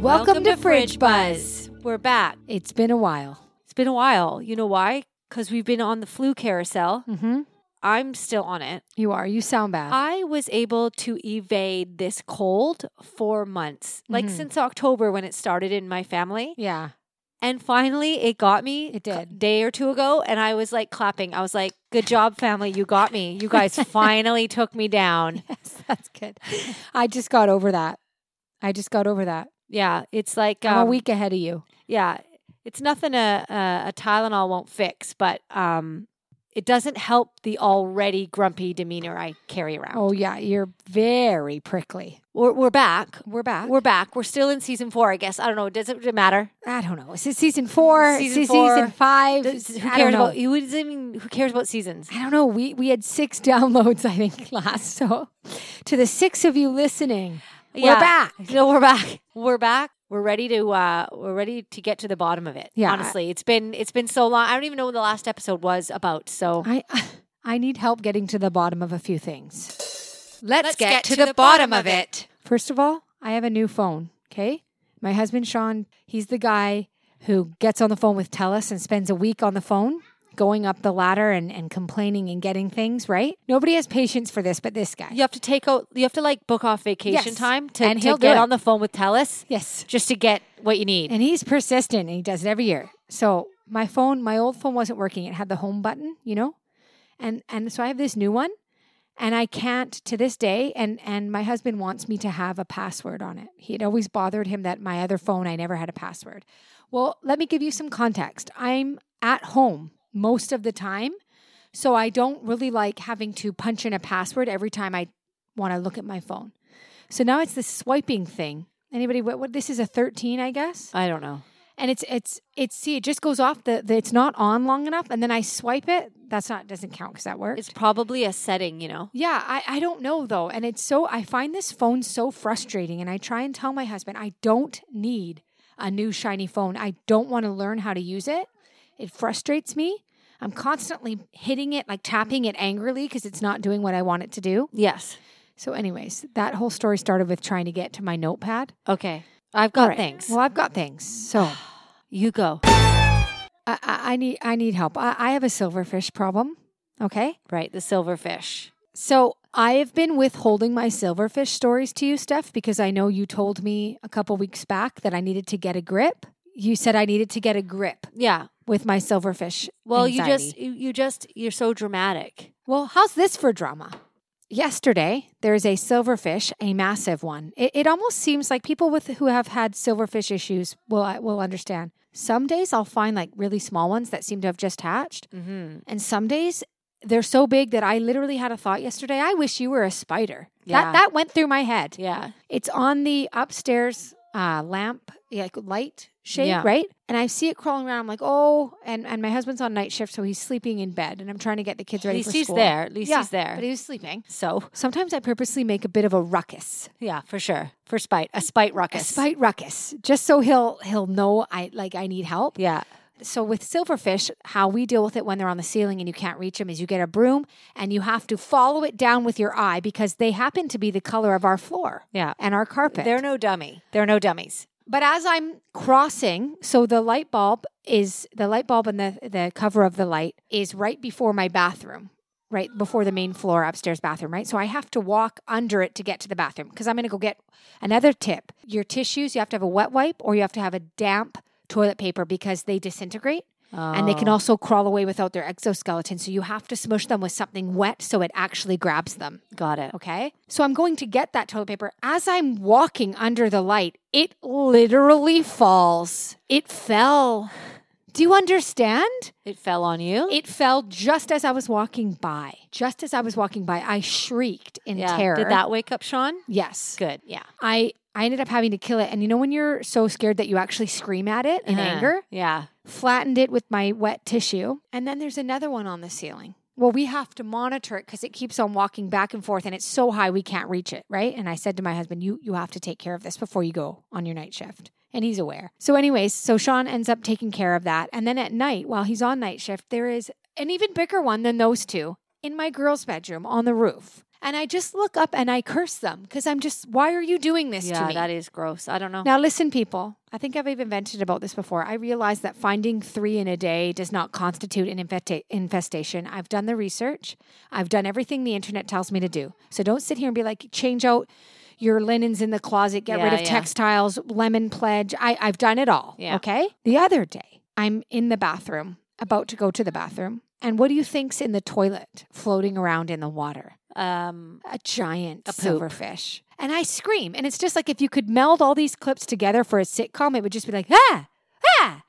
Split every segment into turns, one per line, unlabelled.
Welcome, to Fridge Buzz.
We're back.
It's been a while.
It's been a while. You know why? Because we've been on the flu carousel.
Mm-hmm.
I'm still on it.
You are. You sound bad.
I was able to evade this cold for months, like
Mhm.
since October when it started in my family.
yeah.
And finally, it got me.
It
c-
did.
day or two ago, and I was like clapping. I was like, "Good job, family! You got me. You guys finally took me down."
Yes, that's good. I just got over that. I just got over that.
Yeah, it's like
I'm a
um,
week ahead of you.
Yeah, it's nothing a, a, a Tylenol won't fix, but um, it doesn't help the already grumpy demeanor I carry around.
Oh yeah, you're very prickly.
We're, we're back.
We're back.
We're back. We're still in season four, I guess. I don't know. Does it matter?
I don't know. Is it season four?
Season
Is it season
four.
five?
Does- who
I don't
cares
know.
about? Who, does it mean, who cares about seasons?
I don't know. We we had six downloads, I think, last. So to the six of you listening, we're
Yeah.
back.
No, we're back. We're back. We're ready to. Uh, we're ready to get to the bottom of it.
Yeah, I-
Honestly, it's been it's been so long. I don't even know when the last episode was about. So
I I need help getting to the bottom of a few things.
let's,
get get to to the the bottom bottom of of it.
First of all, I have a new phone. Okay. My husband, Sean, he's the guy who gets on the phone with TELUS and spends a week on the phone going up the ladder and, and complaining and getting things, right? Nobody has patience for this but this guy.
You have to take out. You have to like book off vacation
Yes.
time to,
And
to
he'll do
get
it.
on the phone with Telus
Yes.
just to get what you need.
And he's persistent and he does it every year. So my phone, my old phone wasn't working. It had the home button, you know? And and so I have this new one and I can't to this day and and my husband wants me to have a password on it. He had always bothered him that my other phone I never had a password. Well, let me give you some context. I'm at home most of the time. So I don't really like having to punch in a password every time I want to look at my phone. So now it's this swiping thing. Anybody what, what this is a 13, I guess?
I don't know.
and it's it's it's see it just goes off the, the it's not on long enough and then i swipe it that's not doesn't count because that works
It's probably a setting, you know.
yeah I, I don't know though and it's so i find this phone so frustrating and i try and tell my husband i don't need a new shiny phone i don't want to learn how to use it it frustrates me i'm constantly hitting it like tapping it angrily because it's not doing what i want it to do
Yes.
so anyways that whole story started with trying to get to my notepad
Okay. I've got
Right.
things.
well i've got things so
you go.
I, I I need I need help. I, I have a silverfish problem. Okay.
Right. The silverfish.
So I have been withholding my silverfish stories to you, Steph, because I know you told me a couple weeks back that I needed to get a grip. You said I needed to get a grip
Yeah.
with my silverfish.
Well, you
anxiety.
just you, you just you're so dramatic.
Well, how's this for drama? Yesterday, there is a silverfish, a massive one. It, it almost seems like people with who have had silverfish issues will will understand. Some days I'll find like really small ones that seem to have just hatched,
Mm-hmm.
And some days they're so big that I literally had a thought yesterday. I wish you were a spider. That
Yeah.
that went through my head.
Yeah.
It's on the upstairs uh, lamp, like light shade,
Yeah.
right? And I see it crawling around. I'm like, oh, and and my husband's on night shift, so he's sleeping in bed, and I'm trying to get the kids
At
ready
least
for
he's
school.
there. At least
Yeah,
he's there.
but he was sleeping.
so
Sometimes I purposely make a bit of a ruckus,
yeah, for sure. For spite, a spite
a
ruckus.
spite ruckus, just so he'll he'll know I like I need help.
Yeah.
so with silverfish, how we deal with it when they're on the ceiling and you can't reach them is you get a broom and you have to follow it down with your eye because they happen to be the color of our floor
Yeah.
and our carpet.
They're no dummy. They're no dummies.
but as I'm crossing, so the light bulb is the light bulb and the the cover of the light is right before my bathroom. Right before the main floor upstairs bathroom, right? So I have to walk under it to get to the bathroom because I'm going to go get another tip. Your tissues, you have to have a wet wipe or you have to have a damp toilet paper because they disintegrate and they can also crawl away without their exoskeleton. So you have to smush them with something wet so it actually grabs them.
Got it.
Okay. So I'm going to get that toilet paper. As I'm walking under the light, it literally falls. It fell. Do you understand?
It fell on you.
It fell just as I was walking by. Just as I was walking by, I shrieked in
yeah.
terror.
Did that wake up Sean?
Yes.
Good. Yeah.
I I ended up having to kill it. And you know when you're so scared that you actually scream at it in
Uh-huh.
anger?
Yeah.
flattened it with my wet tissue. And then there's another one on the ceiling. Well, we have to monitor it because it keeps on walking back and forth and it's so high we can't reach it, right? And I said to my husband, You you have to take care of this before you go on your night shift. And he's aware. So, anyways, so Sean ends up taking care of that. And then at night, while he's on night shift, there is an even bigger one than those two in my girl's bedroom on the roof. And I just look up and I curse them because I'm just, why are you doing this to
yeah,
me?
that is gross. I don't know.
Now, listen, people. I think I've even vented about this before. I realize that finding three in a day does not constitute an infesta- infestation. I've done the research, I've done everything the internet tells me to do. So don't sit here and be like, change out your linens in the closet, get rid
Yeah,
of
yeah.
textiles, lemon pledge. I, I've done it all.
Yeah.
Okay. The other day, I'm in the bathroom, about to go to the bathroom. And what do you think's in the toilet floating around in the water?
Um,
a giant
A poop.
silverfish. And I scream. And it's just like if you could meld all these clips together for a sitcom, it would just be like, ah, ah,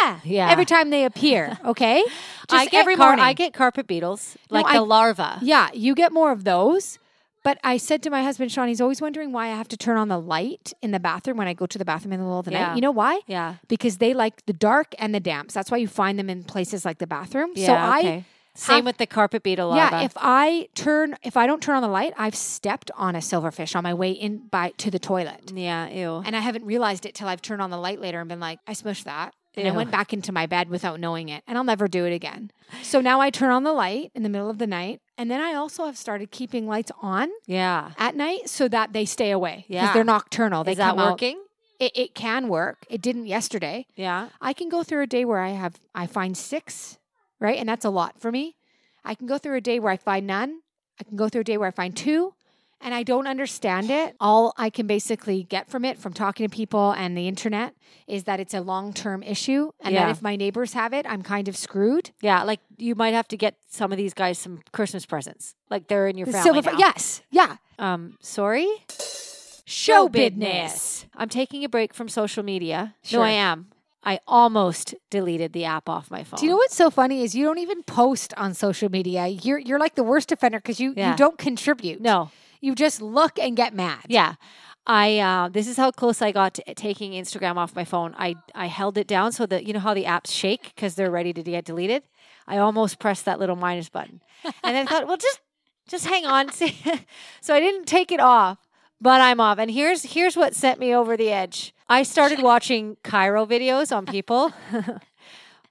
ah.
Yeah.
Every time they appear, okay? Just
I get
every
car-
morning.
I get carpet beetles,
No,
like
I-
the larva.
yeah, you get more of those. But I said to my husband, Sean, he's always wondering why I have to turn on the light in the bathroom when I go to the bathroom in the middle of the
Yeah.
night. You know why?
Yeah.
Because they like the dark and the damps. That's why you find them in places like the bathroom. so
Yeah,
I
okay. same
have-
with the carpet beetle
Yeah,
larva.
if I turn if I don't turn on the light, I've stepped on a silverfish on my way in by to the toilet.
yeah, ew.
And I haven't realized it till I've turned on the light later and been like, I smushed that. And I
Ew.
went back into my bed without knowing it. And I'll never do it again. So now I turn on the light in the middle of the night. And then I also have started keeping lights on
yeah.
at night so that they stay away. Because
Yeah.
they're nocturnal. They
Is that
come out-
working?
It, it can work. It didn't yesterday.
Yeah.
I can go through a day where I have I find six, right? And that's a lot for me. I can go through a day where I find none. I can go through a day where I find two, and I don't understand it. All I can basically get from it from talking to people and the internet is that it's a long-term issue and
Yeah.
that if my neighbors have it, I'm kind of screwed.
Yeah, like you might have to get some of these guys some Christmas presents. Like they're in your
The
family.
silver-
now.
yes. Yeah.
Um, sorry?
Show
I'm taking a break from social media.
Sure.
No, I am. I almost deleted the app off my phone.
Do you know what's so funny is you don't even post on social media. You're you're like the worst offender because you,
Yeah.
you don't contribute.
No.
You just look and get mad.
Yeah. I uh, this is how close I got to taking Instagram off my phone. I I held it down so that you know how the apps shake because they're ready to get deleted. I almost pressed that little minus button, and then thought, well, just just hang on. See? so I didn't take it off, but I'm off. And here's here's what sent me over the edge. I started watching Cairo videos on people.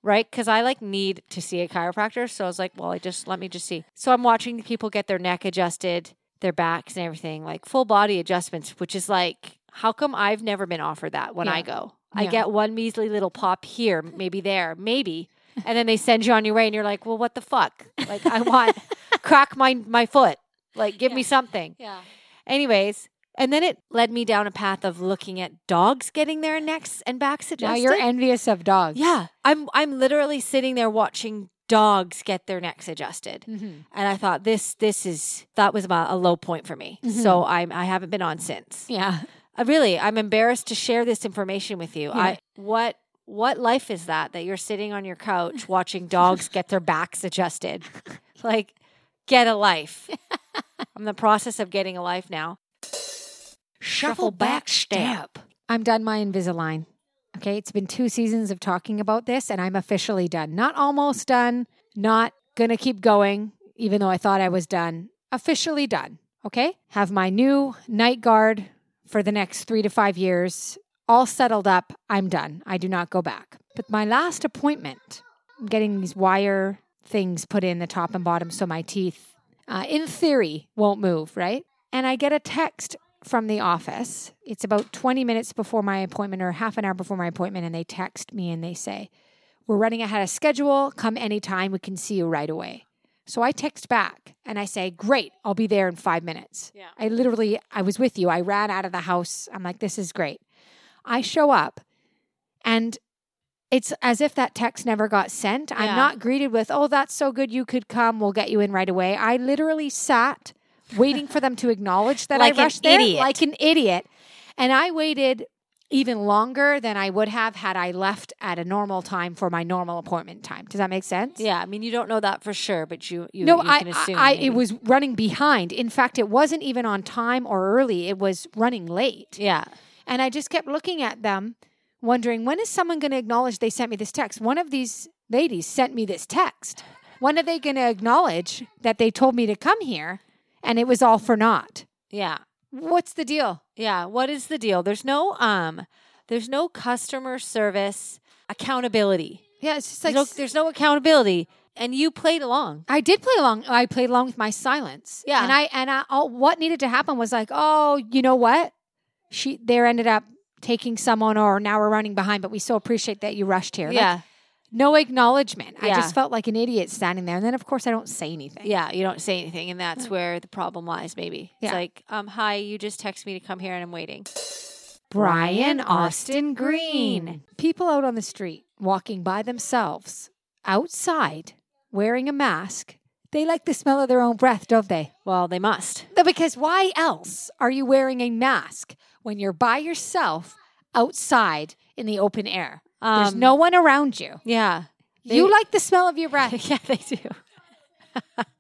right? Because I like need to see a chiropractor. So I was like, well, I just let me just see. So I'm watching people get their neck adjusted, their backs and everything, like full body adjustments, which is like, how come I've never been offered that when I
Yeah.
go? I
Yeah.
get one measly little pop here, maybe there, maybe. And then they send you on your way and you're like, well, what the fuck? Like, I want crack my, my foot. Like, give me something.
Yeah.
Anyways, and then it led me down a path of looking at dogs getting their necks and backs adjusted.
Now you're envious of dogs.
Yeah, I'm I'm literally sitting there watching dogs get their necks adjusted,
Mhm.
and I thought this this is that was about a low point for me.
Mm-hmm.
So I'm I haven't been on since.
Yeah.
I Uh, really I'm embarrassed to share this information with you. I what what life is that that you're sitting on your couch watching dogs get their backs adjusted? Like, get a life. I'm in the process of getting a life now.
Shuffle back step.
I'm done my Invisalign. Okay. It's been two seasons of talking about this, and I'm officially done. Not almost done, not going to keep going, even though I thought I was done. Officially done. Okay. Have my new night guard for the next three to five years all settled up. I'm done. I do not go back. But my last appointment, I'm getting these wire things put in the top and bottom so my teeth, uh, in theory, won't move, right? And I get a text from the office. It's about 20 minutes before my appointment or half an hour before my appointment. And they text me and they say, We're running ahead of schedule. Come anytime. We can see you right away. So I text back and I say, Great. I'll be there in five minutes.
Yeah.
I literally, I was with you. I ran out of the house. I'm like, This is great. I show up and it's as if that text never got sent. I'm
Yeah.
not greeted with, oh, that's so good you could come. We'll get you in right away. I literally sat waiting for them to acknowledge that
Like
I
an
rushed there
idiot.
like an idiot. And I waited even longer than I would have had I left at a normal time for my normal appointment time. Does that make sense?
Yeah, I mean you don't know that for sure, but you you,
No,
you
I,
can assume
I, I
maybe.
it was running behind. In fact, it wasn't even on time or early. It was running late.
yeah
And I just kept looking at them, wondering when is someone going to acknowledge they sent me this text? One of these ladies sent me this text. When are they going to acknowledge that they told me to come here and it was all for naught?
yeah.
What's the deal?
Yeah, what is the deal? There's no um there's no customer service accountability.
Yeah, it's just like
there's, no, there's no accountability. and you played along.
I did play along. I played along with my silence.
Yeah.
And I and I all, what needed to happen was like, oh, you know what? She there ended up taking someone, or now we're running behind, but we so appreciate that you rushed here. Like,
Yeah,
no acknowledgement. I
Yeah.
just felt like an idiot standing there, and then of course I don't say anything.
yeah. You don't say anything, and that's where the problem lies. Maybe it's
Yeah.
like, um, hi, you just text me to come here, and I'm waiting.
Brian Austin Green. People out on the street walking by themselves outside wearing a mask. They like the smell of their own breath, don't they?
Well, they must.
No, because why else are you wearing a mask when you're by yourself outside in the open air? There's
Um,
no one around you.
Yeah, they-
you like the smell of your breath.
yeah, they do.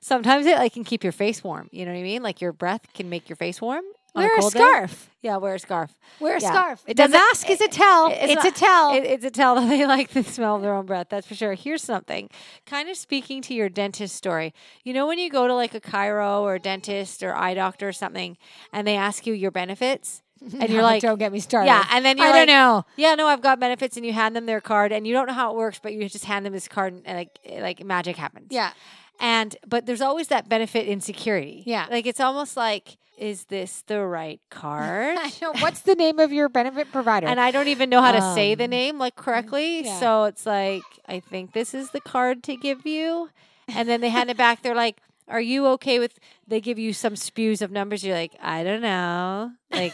Sometimes it like can keep your face warm. You know what I mean? Like your breath can make your face warm. on
Wear a
cold day.
scarf.
Yeah, wear a scarf.
Wear a
Yeah.
scarf.
It
the
doesn't-
mask is a tell. It's, a
not-
tell.
It, it's a tell that they like the smell of their own breath. That's for sure. Here's something kind of speaking to your dentist story. You know, when you go to like a chiro or a dentist or eye doctor or something and they ask you your benefits and you're
No,
like,
don't get me started.
yeah. And then you're
I
like,
don't know.
Yeah, no, I've got benefits, and you hand them their card, and you don't know how it works, but you just hand them this card, and like, like magic happens.
Yeah.
And but there's always that benefit insecurity.
Yeah.
Like it's almost like, is this the right card?
I know. What's the name of your benefit provider?
and I don't even know how to say the
Um,
name like correctly.
yeah.
So it's like, I think this is the card to give you. And then they hand it back. They're like, Are you okay with they give you some spews of numbers? You're like, I don't know. Like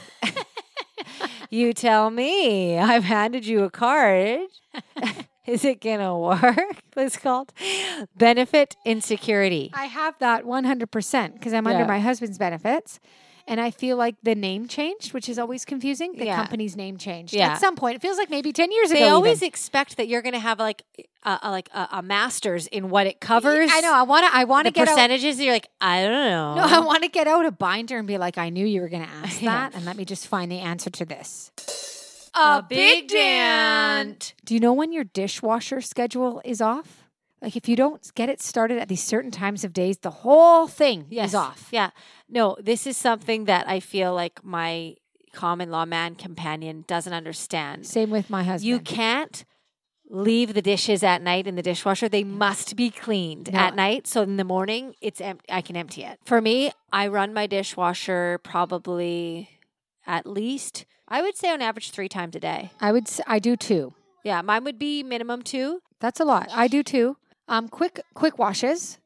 you tell me. I've handed you a card. is it gonna work? It's called benefit insecurity.
I have that 100% because I'm
Yeah.
under my husband's benefits. And I feel like the name changed, which is always confusing. The
Yeah.
company's name changed
Yeah.
at some point. It feels like maybe 10 years ago.
They
even.
always expect that you're going to have like a, a like a, a master's in what it covers.
I know. I want to. I want to
the
get out.
percentages you're like i don't know
No, I want to get out a binder and be like, I knew you were going to ask
Yeah.
that, and let me just find the answer to this. uh,
A big dent.
Do you know when your dishwasher schedule is off? Like if you don't get it started at these certain times of days, the whole thing is off.
yeah no this is something that i feel like my common law man companion doesn't understand
Same with my husband.
you can't leave the dishes at night in the dishwasher they must be cleaned
No.
at night so in the morning it's em- i can empty it for me i run my dishwasher probably at least i would say on average three times a day
I would. s- I do too.
yeah mine would be minimum two
That's a lot. I do too. Um, quick quick washes,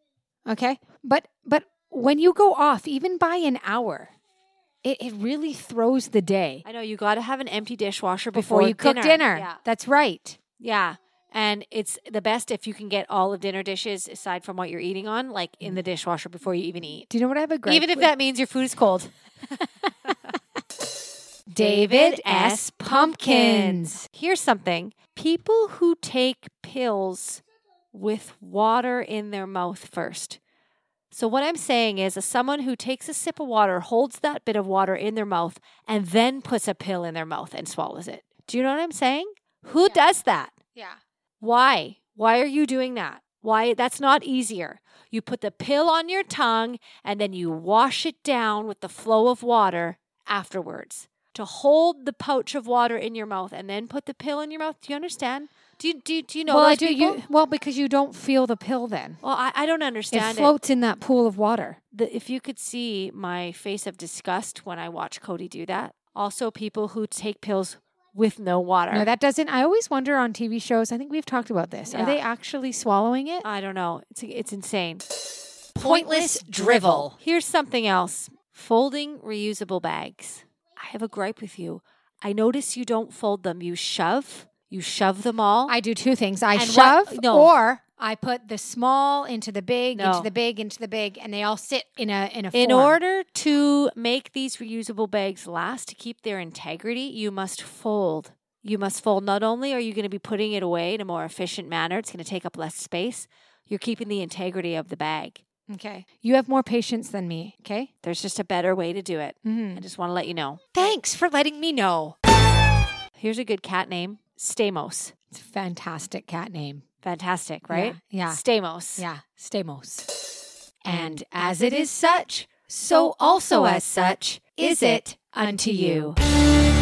okay. But but when you go off, even by an hour, it, it really throws the day
i know you got to have an empty dishwasher
before,
before,
you cook dinner.
Yeah.
That's right.
Yeah. And it's the best if you can get all of dinner dishes aside from what you're eating on, like in
Mm-hmm.
the dishwasher before you even eat.
Do you know what I have a gripe
even if
with?
that means your food is cold.
David S. Pumpkins.
Here's something people who take pills with water in their mouth first. So, what I'm saying is, as someone who takes a sip of water, holds that bit of water in their mouth, and then puts a pill in their mouth and swallows it. Do you know what I'm saying? Who
Yeah.
does that?
Yeah.
Why? Why are you doing that? Why? That's not easier. You put the pill on your tongue and then you wash it down with the flow of water afterwards. To hold the pouch of water in your mouth and then put the pill in your mouth. Do you understand? Do you, do, you- do you know
well, I
those
do.
people?
You well because you don't feel the pill then.
well, I, I don't understand
it
it.
floats in that pool of water.
The, if you could see my face of disgust when I watch Cody do that. Also, people who take pills with no water.
No, that doesn't. I always wonder on TV shows. I think we've talked about this.
Yeah.
Are they actually swallowing it?
I don't know. It's, it's insane.
Pointless drivel.
Here's something else folding reusable bags. I have a gripe with you. I notice you don't fold them, you shove. You shove them all.
I do two things. I
Uh-huh. And
shove
what- no.
or I put the small into the big,
No.
into the big, into the big, and they all sit in a in a
in
form.
order to make these reusable bags last, to keep their integrity, you must fold. You must fold. Not only are you going to be putting it away in a more efficient manner, it's going to take up less space, you're keeping the integrity of the bag.
Okay. You have more patience than me. Okay.
There's just a better way to do it. I
Mhm.
just want to let you know.
Thanks for letting me know.
Here's a good cat name Stamos.
It's a fantastic cat name,
Fantastic, right?
Yeah.
Stamos.
Yeah. Stamos.
And as it is such, so also as such is it unto you.